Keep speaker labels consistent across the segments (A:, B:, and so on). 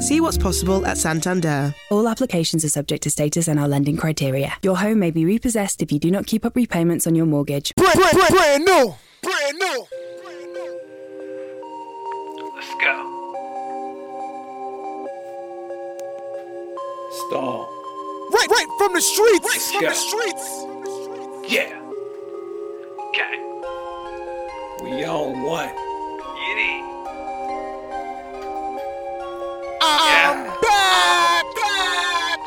A: See what's possible at Santander.
B: All applications are subject to status and our lending criteria. Your home may be repossessed if you do not keep up repayments on your mortgage.
C: Brand, brand, brand new! Brand new!
D: Let's go. Stall.
C: Right, right from the streets! Right
D: from the
C: streets!
D: Yeah. Okay. We on one. Yiddy.
C: I'm
D: Yeah.
C: back! back.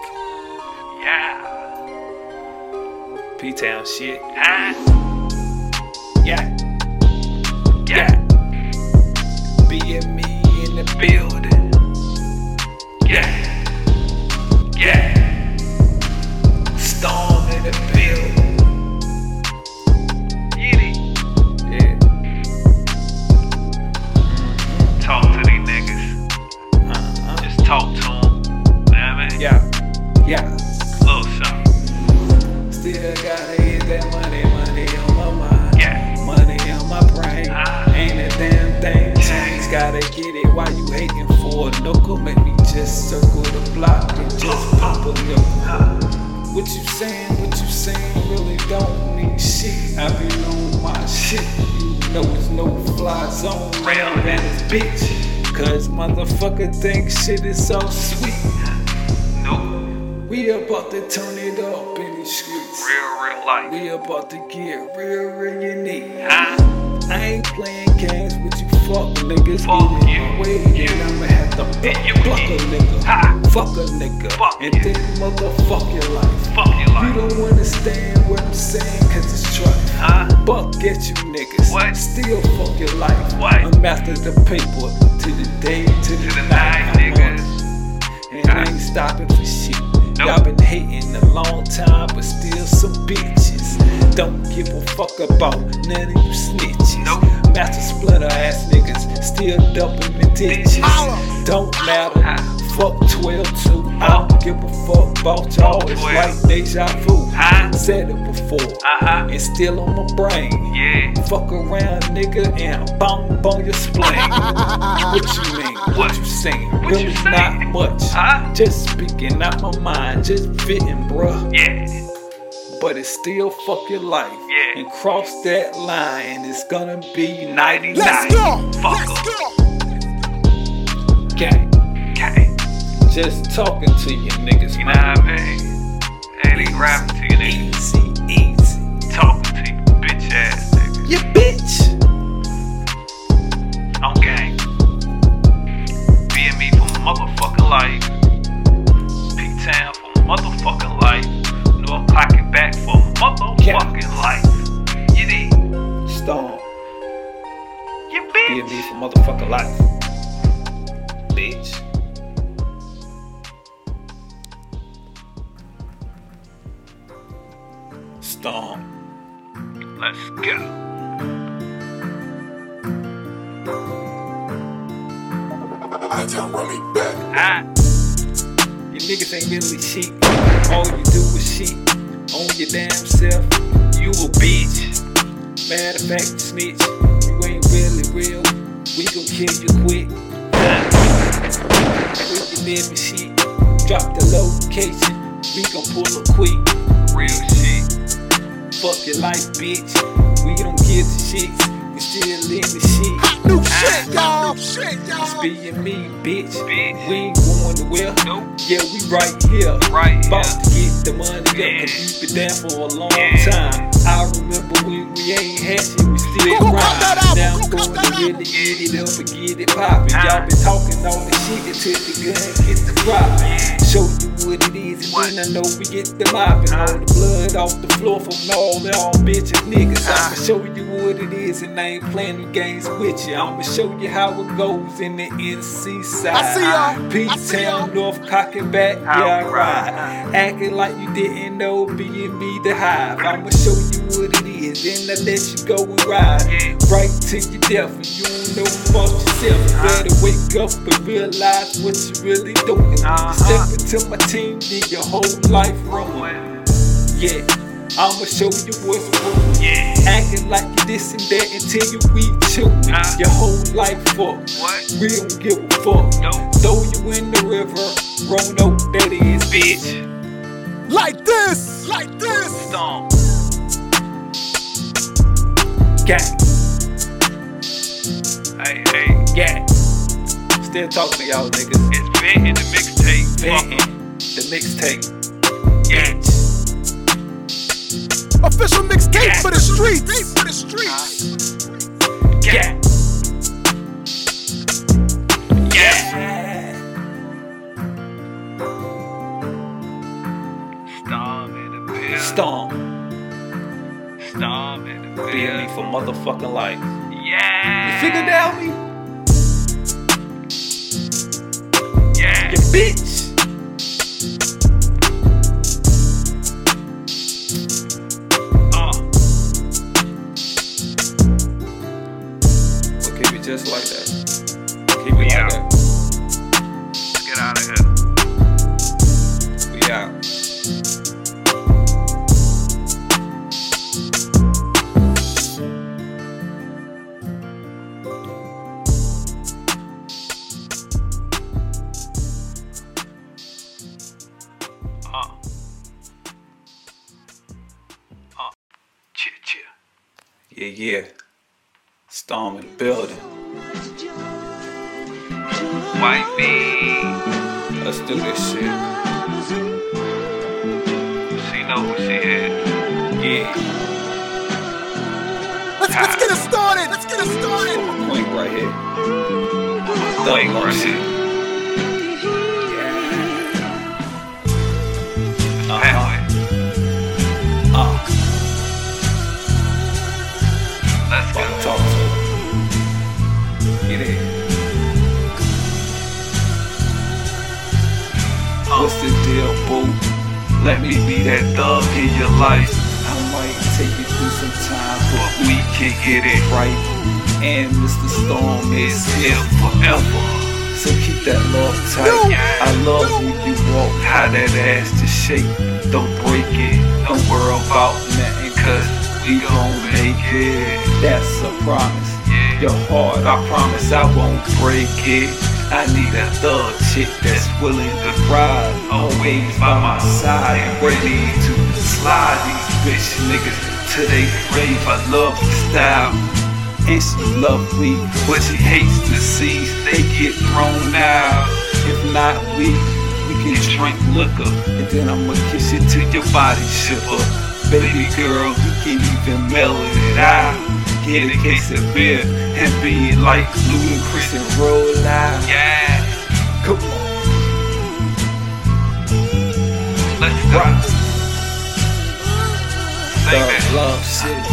D: Yeah. P Town shit. Ah. Yeah. Yeah. BME in the building. Yeah. Yeah. Storm in the building. Get it. Yeah. Talk to these niggas. Uh-huh. Just talk to them. Yeah. Yeah. Little something. Still gotta get that money, money on my mind. Yeah. Ah. Money on my brain. Ain't a damn thing changed. Gotta get it. Why you hating for a knuckle? Make me just circle the block and just pop a look. What you saying, what you saying really don't mean shit. I been on my shit. You know it's no fly zone. Rail that is bitch. Cause motherfucker think shit is so sweet. Nope. We about to turn it up in the streets. Real, real life. We about to get real, real unique. I ain't playing games with you fuck niggas. Fuck you. My way, And I'ma have to fuck, you fuck a nigga. Fuck a nigga. and then motherfuck your life. Fuck your life. You don't understand what I'm saying cause it's true. Fuck at you niggas. What? Still fuck your life. What? I'm after the paper to the day, to the, night, niggas. And I ain't stopping for shit. Y'all been hating a long time, but still some bitches. Don't give a fuck about none of you snitches. Master splitter ass niggas, still dumping the ditches. Don't matter. Fuck 12 2. I don't give a fuck about y'all. It's like deja vu. Said it before. It's still on my brain. uh-huh. Yeah. Fuck around, nigga, and I'm bong bong your spleen. What you mean? What you saying? really not much. Just speaking out my mind, just fitting, bruh. Yeah. But it's still fuck your life. Yeah. And cross that line, and it's gonna be 99.
C: Let's go!
D: Fuck
C: Let's
D: em.
C: go!
D: Okay. Okay. Just talking to you niggas, you know what I mean? And he rapping to you niggas. Easy, easy. Talking to you bitch ass niggas. You bitch! On gang. BME for motherfucking life. P Town for motherfucking life. North Clock and Back for motherfucking life. You need. Storm. You bitch! BME for motherfucking life. Bitch. Storm. Let's go.
E: I tell Remy back.
D: Ah. You niggas ain't really shit. All you do is shit. Own your damn self. You a bitch. Matter of fact, you snitch. You ain't really real. We gon' kill you quick. We can live and shit. Drop the location. We gon' pull a quick. Real shit. Fuck your life, bitch. We don't give a shit. We still in the shit.
C: Hot new shit, y'all! Shit, y'all!
D: Be and me, bitch. We ain't going nowhere. Yeah, we right here. Right About to get the money up, cause we been down for a long time. I remember when we ain't had shit, we still
C: Go, go, cut that
D: grind.
C: out.
D: Now I'm
C: Go, cut
D: going
C: that
D: to
C: out.
D: really get it up and get it poppin'. Y'all been talking all the shit until the gun gets the drop. Show you what it is, and then I know we get the mopping. All the blood off the floor from all the all bitches, niggas.
C: Ah.
D: I'ma show you what it is, and I ain't playing no games with you. I'ma show you how it goes in the NC side.
C: I see y'all. I
D: Peace
C: see y'all.
D: town, North cocking back, yeah, I ride. Acting like you didn't know, being me the hive. I'ma show you
C: what it is. Then I let you go and ride.
D: Yeah.
C: Right to your death, and you don't know about yourself. You better wake up and realize what you really doing.
D: Uh-huh.
C: Step into my team, then your whole life ruined. Yeah, I'ma show you what's wrong.
D: Yeah.
C: Acting like you this and that until you we chewing.
D: Uh.
C: Your whole life up.
D: What?
C: We don't give a fuck.
D: No.
C: Throw you in the river. Rono, that is.
D: Bitch.
C: Like this! Like this!
D: Stomp.
C: Gang.
D: Hey, hey.
C: Yeah. Still talking to y'all niggas.
D: It's Vent in the mixtape.
C: Vent
D: Fuck 'em.
C: the mixtape.
D: Yeah.
C: Official mixtape
D: for
C: the streets. For the streets. Yeah.
D: Yeah. Storm in the building.
C: Storm.
D: Storm in the
C: Be me
D: building.
C: for motherfucking life.
D: Yeah.
C: Figure down me.
D: Yeah.
C: You bitch.
D: Uh,
C: Okay, we just like that. Keep it
D: Yeah.
C: like that.
D: get out of here.
C: We out.
D: Uh. Uh. Cheer, cheer.
C: Yeah, yeah. Storm in the building.
D: White me.
C: Let's do this shit.
D: She know who she is.
C: Yeah.
D: Let's, let's get us.
C: Point right here.
D: Wait,
C: Thug
D: right
C: shit.
D: here.
C: Uh-huh.
D: That way.
C: Uh,
D: Let's
C: fuck
D: go.
C: talk to him. Get in. What's the deal, boo?
D: Let me be that thug in your life.
C: I might take you through some time,
D: But we can get it
C: but
D: right.
C: right. And Mr. Storm is
D: It's
C: here.
D: here forever.
C: So keep that love tight. I love when you walk.
D: How that ass to shake. Don't break it. Don't worry about nothing. Cause we gon' make it.
C: That's a promise.
D: Yeah.
C: Your heart, I promise I won't break it. I need a thug chick that's willing to ride, always by my side, and ready to slide these bitch niggas to they grave. I love the style, and she love me, but she hates the seas. They get thrown out. If not, we we can drink liquor, and then I'ma kiss it till your body shiver. Baby girl, we can't even mellow it out. Get a case of beer and be like ludicrous and roll out.
D: Yeah.
C: Come on,
D: Let's go.
C: rock
D: Sing
C: the
D: that.
C: love shit.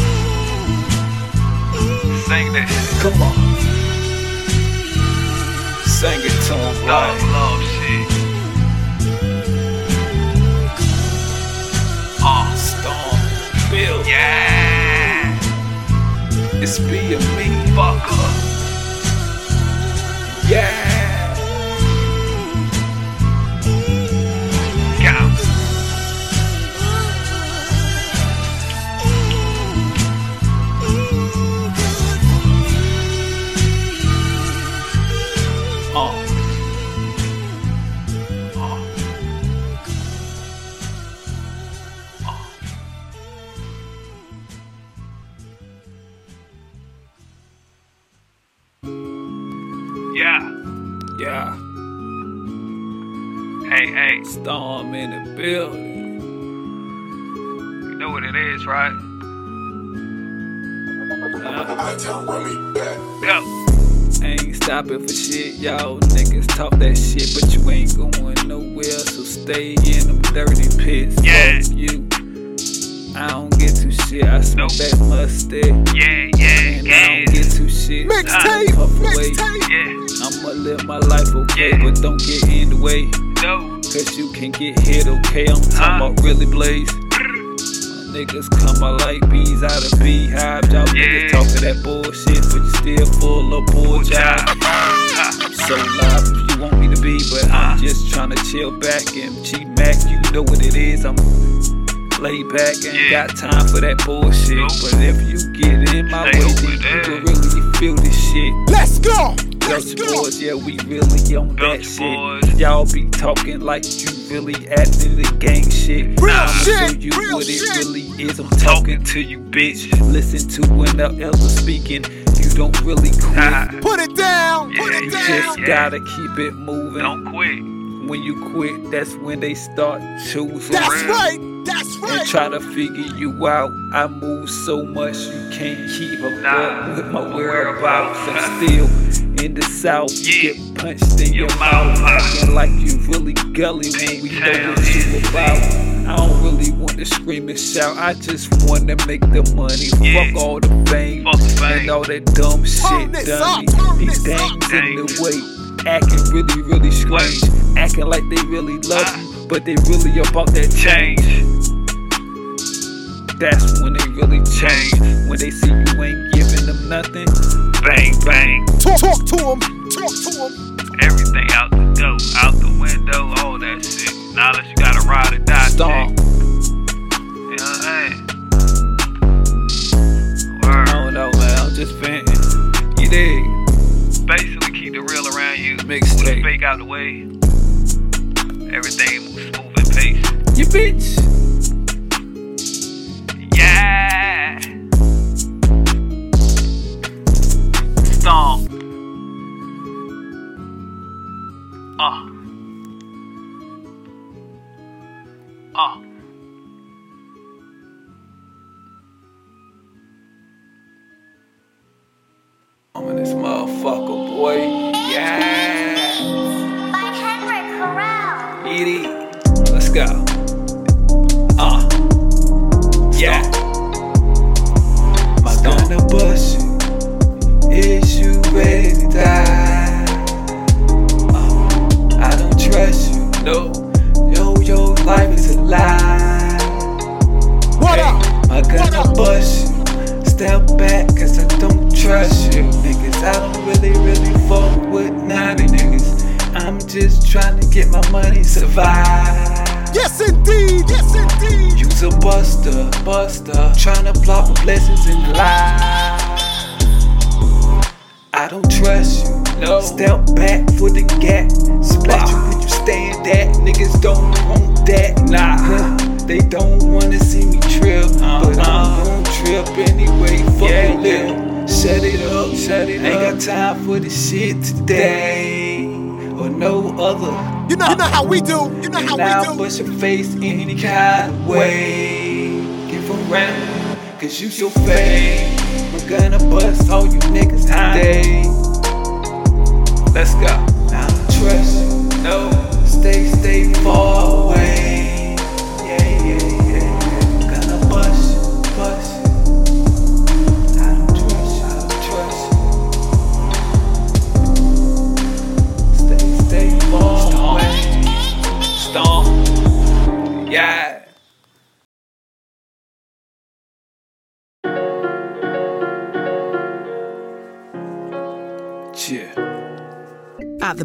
D: Sing that. shit.
C: Come on, sing it to 'em,
D: Love,
C: right?
D: love shit. Uh,
C: Storm, Bill,
D: yeah.
C: it's be a me,
D: Fuck up.
C: yeah.
D: Count.
C: Uh.
D: Yeah.
C: Yeah,
D: Hey, hey.
C: storm in the building.
D: You know what it is, right?
F: I tell Remy back.
D: Go.
C: Ain't stopping for shit, y'all niggas talk that shit, but you ain't going nowhere, so stay in them dirty pits.
D: Yeah.
C: Fuck you. I don't get to shit, I smoke
D: Nope.
C: that mustard.
D: Yeah, yeah,
C: And I
D: gas.
C: don't get to shit.
D: Mixtape,
C: Puff away.
D: Yeah.
C: I'ma live my life okay,
D: Yeah.
C: but don't get in the way.
D: No.
C: Cause you can get hit okay. I'm talking
D: Huh?
C: about really blaze. niggas come out like bees out of beehives. Y'all niggas talking that bullshit, but you still full of bull jive. So live if you want me to be, but I'm just tryna chill back and cheat Mac. You know what it is. I'm lay back, ain't got time for that bullshit. But if you get in my way, then you can really feel this shit.
G: Let's go!
C: Dutch boys, yeah, we really on that shit. Y'all be talking like you really acting the gang shit.
G: Real
C: I'ma
G: shit,
C: show you
G: real
C: what
G: shit.
C: it really is. I'm talking to you, bitch. Listen to when the elders speaking. You don't really quit.
G: Put it down! Put
C: you
G: it
C: just
G: down!
C: gotta keep it moving.
D: Don't quit.
C: When you quit, that's when they start choosing.
G: That's right! That's
C: And
G: right!
C: try to figure you out. I move so much you can't keep up
D: Nah,
C: with my
D: my
C: whereabouts.
D: whereabouts.
C: I'm still in the south.
D: Yeah.
C: Get punched in your
D: Your
C: mouth.
D: mouth.
C: Acting like you really gully when we know
D: Town
C: what you
D: is
C: about. I don't really want to scream and shout. I just want to make the money.
D: Yeah.
C: Fuck all the fame
D: Fuck the fame.
C: and all that dumb shit
G: this
C: done.
G: up, turn
C: me. These
G: this up.
C: things in the way. Acting really, really strange. Acting like they really love
D: Ah.
C: you, but they really about that change.
D: Change.
C: That's when they really change. When they see you ain't giving them nothing.
D: Bang, bang.
G: Talk, talk to him! Talk to him!
D: Everything out the door, out the window, all that shit. Now that you gotta ride or die,
C: Stop.
D: chick. You know what I'm saying?
C: I
D: Word.
C: don't know, man. I'm just venting. You dig?
D: Basically, keep the real around you.
C: Mixtape.
D: Fake out the way. Everything moves smooth and pace.
C: You bitch.
D: Yeah. Stomp. Uh. Uh.
C: I'm in this motherfucker, boy. Yeah.
H: By Henrik Corral.
C: Eat it. Let's go. Uh. Yeah. My gonna bust you. Is you ready to die? Uh, I don't trust you. No. Yo, yo, life is a lie.
G: What
C: Hey,
G: up?
C: I
G: What
C: gotta
G: up?
C: bust you. Step back, cause I don't trust you. Niggas, I don't really, really fuck with naughty niggas. I'm just trying to get my money, survive.
G: Yes, indeed! Yes, indeed!
C: Use a buster, buster. Tryna block my blessings in life. I don't trust you. No. Step back for the gap. Splash you when you stand at. Niggas don't want that. Nah. Uh-huh. They don't wanna see me trip. But I'm gon' trip anyway. Fuck
D: Yeah,
C: your lip. Shut it up. Shut it Ain't got time for this shit today. Or no other.
G: You know, you know how we do! You know
C: And
G: how
C: now
G: we do!
C: push your face in any kind of way. Give around, cause you your fame. We're gonna bust all you niggas today. Let's go. Now I trust you. No, stay, stay far away. Yeah, yeah, yeah. Gonna bust you, bust you. I don't trust you, I don't trust you. Stay, stay far away. Storm. Yeah. Yeah.
A: At the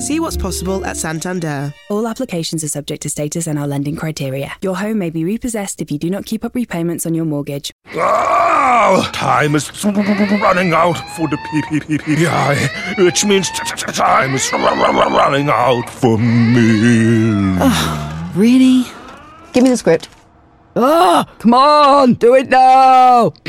A: See what's possible at Santander.
B: All applications are subject to status and our lending criteria. Your home may be repossessed if you do not keep up repayments on your mortgage.
I: Oh, time is running out for the PPPPI, which means t- t- t- time is running out for me.
J: Really? Give me the script. Ah, come on, do it now.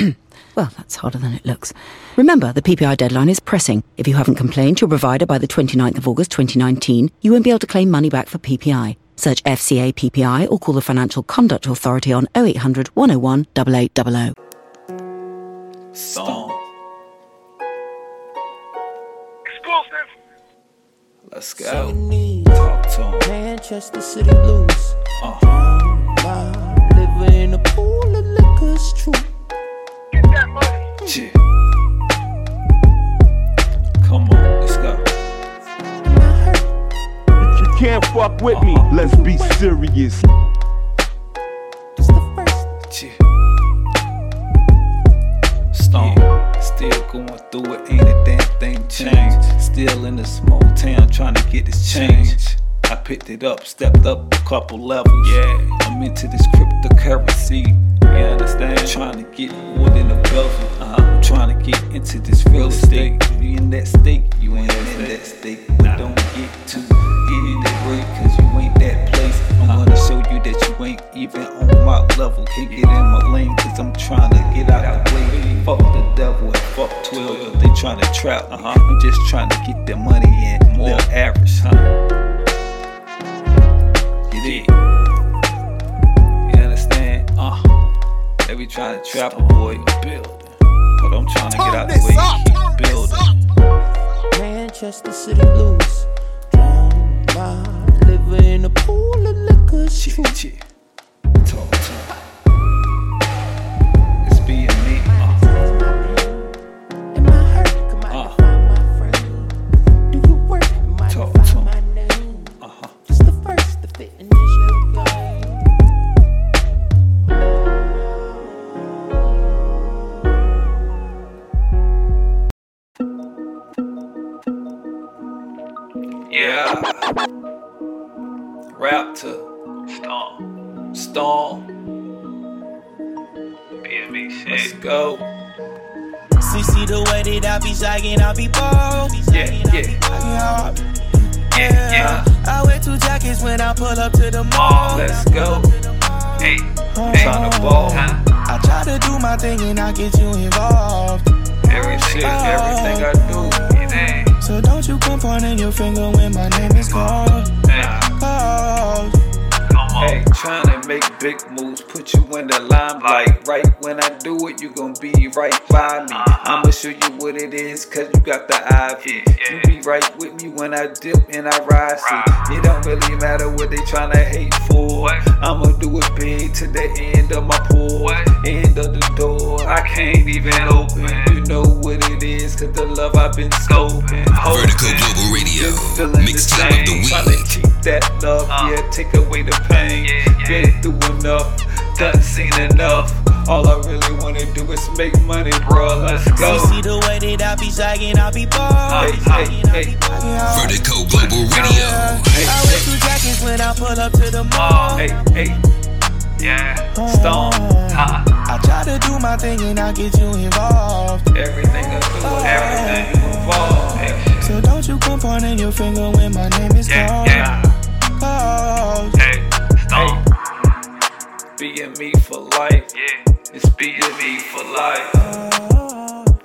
J: well, that's harder than it looks. Remember, the PPI deadline is pressing. If you haven't complained to your provider by the 29th of August 2019, you won't be able to claim money back for PPI. Search FCA PPI or call the Financial Conduct Authority on 0800 101 8800.
C: Storm.
D: Exclusive.
C: Let's go. Talk to 'em. Uh.
K: Manchester City blues. My liver in a pool of liquor's true.
C: Yeah. Come on, let's go.
L: You can't fuck with me. Let's be serious.
C: Stone. Still going through it, ain't a damn thing changed. Still in a small town trying to get this change. I picked it up, stepped up a couple levels. Yeah, I'm into this cryptocurrency. You understand? Trying to get more than a bezel. Uh-huh. I'm trying to get into this real estate. You in that state? You ain't in that state. But don't get too get in that way, cause you ain't that place. I'm gonna show you that you ain't even on my level. Can't get in my lane, cause I'm trying to get out the way. Fuck the devil and fuck 12. They trying to trap. Uh-huh. I'm just trying to get that money in. More average, huh? Get it. You understand? Uh, they be trying to trap a boy a building. But I'm trying to get out the way and keep building.
K: Manchester City blues. Drown my liver in a pool of liquor's true.
C: Talk to 'em. It's being me. Uh. Uh. Talk to 'em. Yeah. Raptor. Storm. Storm. BME shit. Let's go.
K: CC the way that I be zagging, I be bold.
C: Yeah, yeah.
K: I be hard.
C: Yeah, yeah.
K: I wear two jackets when I pull up to the
C: Oh,
K: mall.
C: let's go. Hey, hey. Trying to ball.
K: I try to do my thing and I get you involved.
C: Every shit, everything I do. It ain't.
K: So don't you come pointing your finger when my name is called. Called.
C: Hey, trying to make big moves, put you in the limelight. Right when I do it, you gon' be right by me. I'ma show you what it is, cause you got the eye for it. You be right with me when I dip and I rise. It. it don't really matter what they tryna hate for. I'ma do it big to the end of my pool. End of the door, I can't even open. You know what it is, cause the love I've been scoping.
M: Vertical Global Radio. Mixtape of the week.
C: Keep that love, Uh, yeah, take away the pain. Been through enough, done seen enough. All I really wanna do is make money, bro. Let's go. Uh,
K: CC the way that I be zagging, I be bold.
C: Hey, hey, hey.
M: Vertigo Global Radio.
K: I wear two jackets when I pull up to the mall.
C: Hey, hey. uh, Yeah, Uh, Stone.
K: I try to do my thing and I get you involved.
C: Everything I do, everything you involved. Hey,
K: So don't you come pointing your finger when my name is called. Called.
C: Hey, Stone. Being me for life. Yeah, it's being me for life.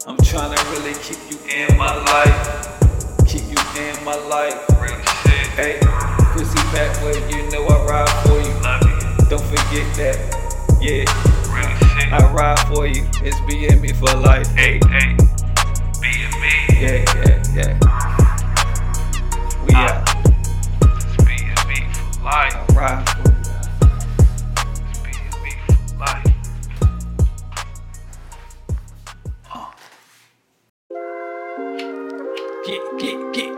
C: I'm tryna really keep you in my life. Keep you in my life. Real shit. Hey, Chrissy Backway, you know I ride for you. Love you. Don't forget that. Yeah. Real shit. I ride for you. It's being me for life. Hey, hey. Being me. Yeah, yeah, yeah. We out. It's being me for life. I ride for you. It's being me for life. Get, get, get.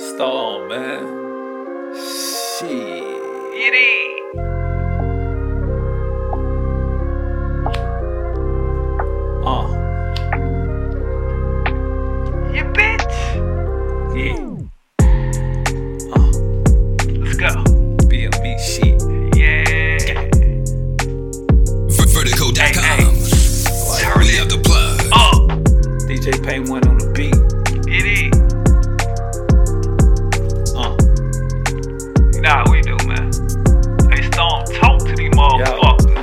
C: Stall, man. Shit. Get it. Uh. You bitch. Yeah. Uh. Let's go. Be a meat shit. Yeah.
M: Ver- Vertigo.com. We have the plug.
C: DJ Payne one on the beat. Uh, Get it. Uh. Nah, we do, man. Hey, Storm, talk to these motherfuckers.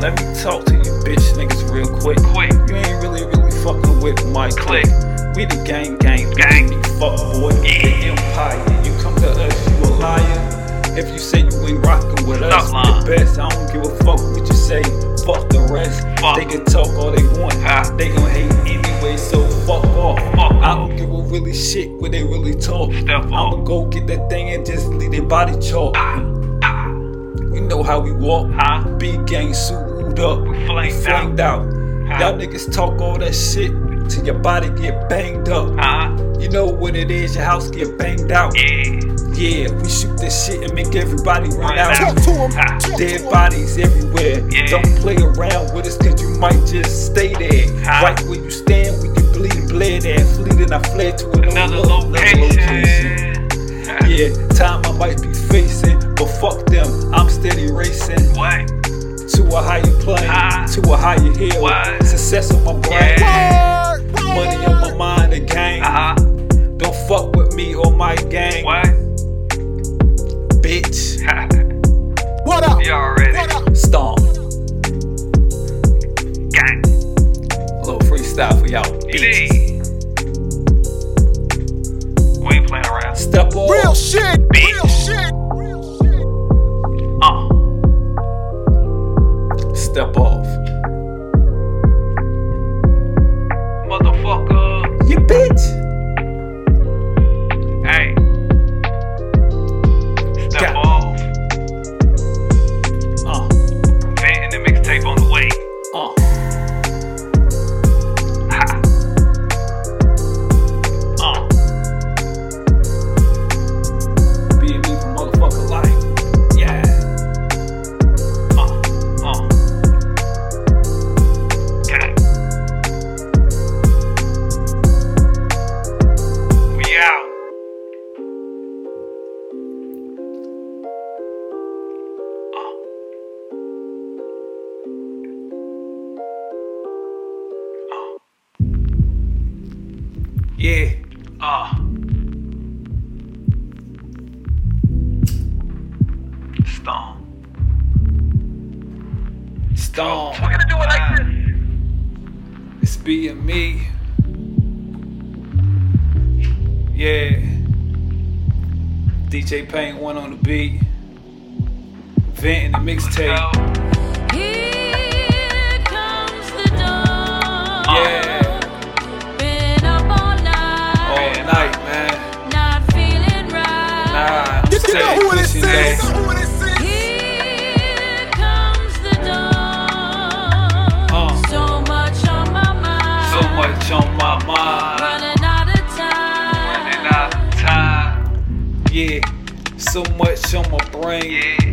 C: Let me talk to you bitch niggas real quick. Quick. You ain't really, really fucking with my clique. We the gang, gang, gang. You fuck boy, the empire. You come to us, you a liar. If you say you ain't rockin' with us, the best. I don't give a fuck what you say. Fuck the rest. They can talk all they want. They gon' hate anyway, so fuck off. I really shit where they really talk. I'ma go get that thing and just leave their body chalk. You know how we walk. Big gang suited up. We flanked, out. Y'all niggas talk all that shit till your body get banged up. You know what it is, your house get banged out. Yeah. we shoot this shit and make everybody run, out.
G: out. Talk to 'em.
C: Dead bodies everywhere. Don't play around with us, cause you might just stay there. Right where you stand, we can bleed and bled and flee, then I fled to another, lo- another location. yeah, time I might be facing, but fuck them, I'm steady racing. What? To a higher plane, to a higher hill. Success on my brain, money on my mind again. Uh-huh. Don't fuck with me or my gang. What? Bitch. what up? You already. What up? Stomp. Gang. little freestyle for y'all. Bitch. We ain't playing around. Step on.
G: Real shit. Real shit.
C: Uh, Step off. Motherfucker. You bitch. Hey.
N: Step off. Uh. Van and the mixtape on the way.
C: Uh.
N: Uh.
C: Being me for motherfucker life. Yeah. Uh. Uh.
N: We out.
C: Yeah. Uh. Stone. Stone. We're gonna do it like this. It's being me. Yeah. DJ Paint one on the beat. Vent in the mixtape. Yeah. All night, man. Nah.
G: You, you know who it is. sis.
C: pushing that. Uh, so much on my mind. Running out of time. Yeah, so much on my brain.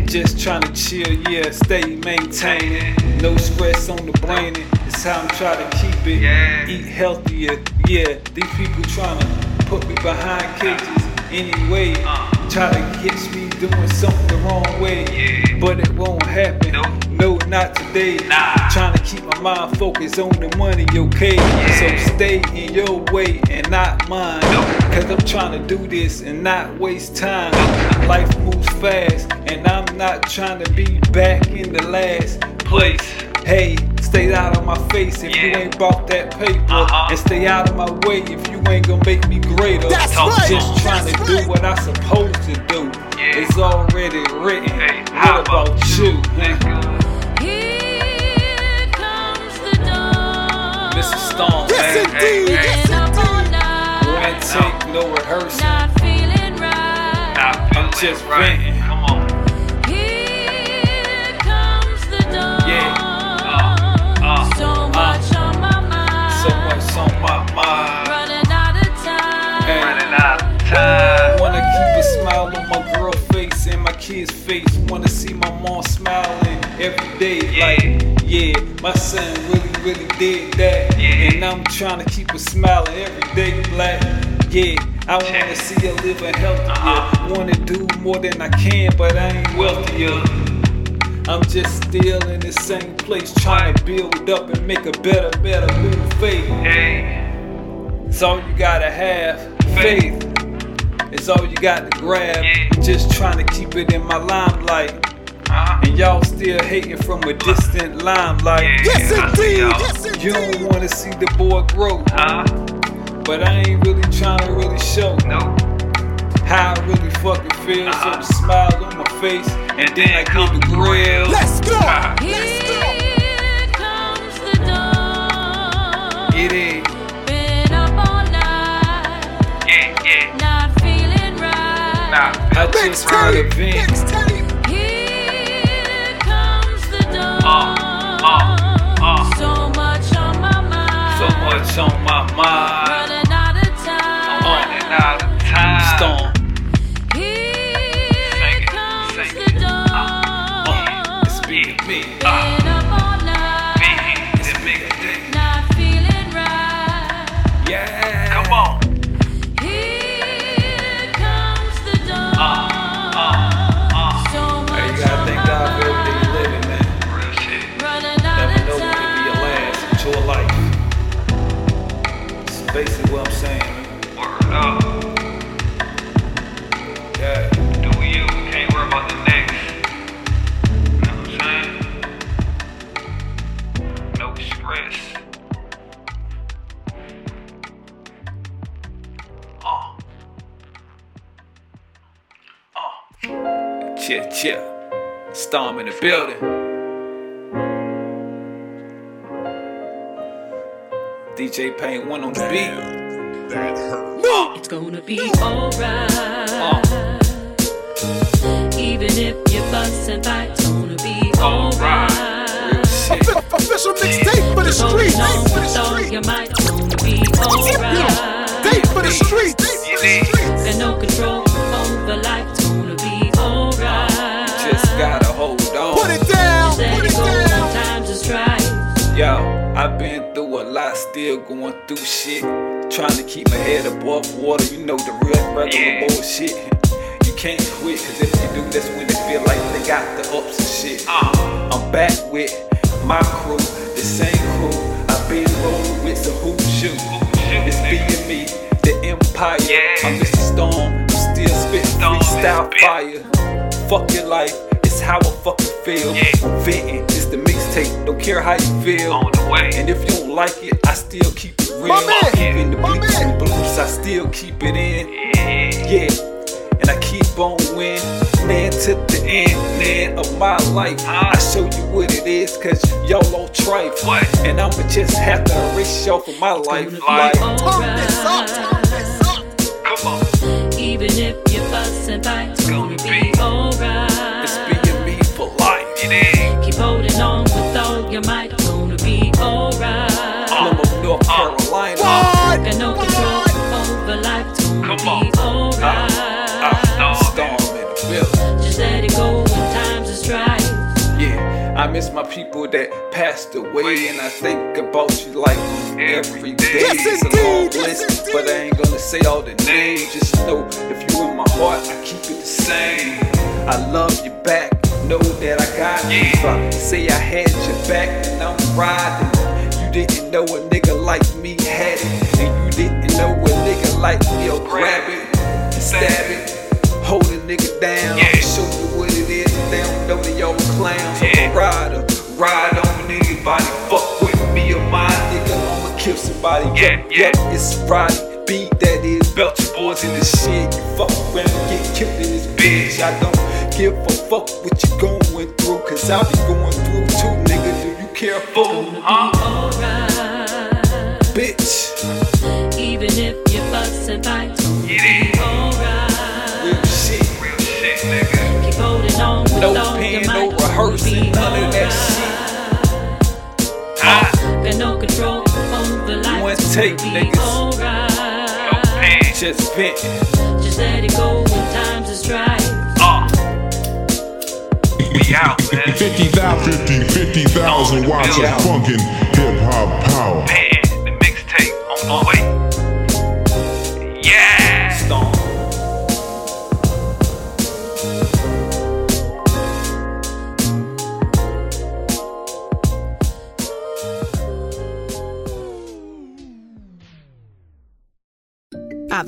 C: Just trying to chill, yeah, stay maintaining. No stress on the brain, it's how I'm trying to keep it. Eat healthier, yeah. These people trying to put me behind cages anyway. Try to catch me doing something the wrong way, but it won't happen. No, not today. Trying to keep my mind focused on the money, okay? So stay in your way and not mine. Cause I'm trying to do this and not waste time. Life moves fast, and I'm not trying to be back in the last place. Hey, stay out of my face if you ain't bought that paper. And stay out of my way if you ain't gonna make me greater.
G: That's
C: I'm
G: right.
C: just trying to do what I supposed to do. It's already written. what about, you? huh? Mr. Storm.
G: Yes,
C: man.
G: indeed. Yes,
C: One take, no rehearsal.
D: Ah.
C: I'm just venting. Come on. Yeah. Uh, uh, so much on my mind. Hey. Wanna keep a smile on my girl face and my kids' face. Wanna see my mom smiling every day. Like, yeah, my son really, really did that. And I'm trying to keep a smile every day, black. Yeah, I wanna see her living healthier. Wanna do more than I can, but I ain't wealthier. I'm just still in the same place, trying to build up and make a better, better move faith. It's all you gotta have, faith. It's all you got to grab. Just trying to keep it in my limelight. And y'all still hating from a distant limelight.
G: Yes, Yeah, I see indeed. y'all. Yes,
C: You don't wanna see the boy grow. But I ain't really trying to really show. How I really fucking feel. So the smile on my face. And, then, I come the grill.
G: Let's go.
C: Get in. I just want to vent.
N: So much on my mind.
C: So much on my mind.
N: Running out of time.
C: On and out of time. Storm.
N: Here comes the dawn.
C: It's big, me.
N: Up
C: Uh,
N: all night.
C: it's big, big.
N: Not feeling right.
C: Yeah. Come on.
N: Here comes the dawn. So
C: Hey,
N: much
C: you gotta thank God for everything you're living, man. Real shit.
N: running out
C: Never
N: of
C: know what could be your last with your life. It's basically what I'm saying, man. Word up. Yeah. Do you? Can't worry about the next.
N: You know what I'm saying? No stress.
C: Uh. Uh. Chill, chill. Storm in the building. DJ Paint one on the beat. That hurt.
N: It's gonna be
C: Oh,
N: alright. Even if you fuss and fight, it's gonna be alright.
G: Official mixtape for the street. Tape for the street.
N: You might gonna be alright.
G: Tape for the street.
N: And no control over life, it's gonna be alright.
C: Just gotta hold on.
G: Put it down. Put it down.
N: Times is right.
C: Yo, I've been through a lot, still going through shit. Trying to keep my head above water, you know the real regular bullshit. You can't quit, cause if you do, that's when they feel like they got the ups and shit. I'm back with my crew, the same crew I've been rolling with, so who shoot? It's being me, the empire. I'm just a storm, I'm still spitting freestyle fire. Fuck your life, it's how I fucking feel. Venting is the mixtape, don't care how you feel. On the way. And if you don't like it, I still keep it real. Even the bleeps and blues, I still keep it in. Yeah. And I keep on winning, man, to the end, man, of my life. I show you what it is, cause y'all on tripe. And I'ma just have to erase y'all for my life. Like,
G: Turn this up. Turn this up.
C: come on.
N: Even if you fuss and fight, it's gonna be alright.
C: It's being me for life. It is.
N: Keep holding on with all your might, it's gonna be alright.
C: I'm from North Carolina.
N: Got no control over life, it's gonna be alright.
C: Storm in the building.
N: Just let it go when times is right.
C: Yeah, I miss my people that passed away, and I think about you like every day.
G: Yes,
C: it's a long
G: indeed. Yes,
C: list, but I ain't gonna say all the names. Just know if you in my heart, I keep it the same. I love you back. Know that I got you. If I say I had your back, then I'm riding. You didn't know a nigga like me had it, and you didn't know a nigga like me'll grab it, stab it. Hold a nigga down. Show you what it is. They don't know that y'all clowns. I'm a rider. Ride on anybody. Fuck with me or my nigga. I'ma kill somebody. Yeah, yep, yeah. Yep, it's Roddy B. That is Belcher Boys in this shit. You fuck around, get killed in this bitch. I don't give a fuck what you going through. Cause I be going through too, nigga. Do you care, fool? Huh?
N: Alright.
C: Bitch.
N: Even if you fuss and fight, it's gonna be alright.
C: Real shit. Real shit, nigga.
N: Keep holding on with
C: No
N: all
C: pen,
N: your
C: no
N: might, it's gonna be
C: rehearsing, none of that shit.
N: Got no control over life.
C: One
N: it's
C: take,
N: gonna be
C: niggas.
N: alright.
C: Just venting.
N: Just let it go when times is right.
C: We out, man.
I: 50,000.
E: 50, 50,000 watts of funkin' hip hop power.
C: on the way. Yeah. Storm.
A: At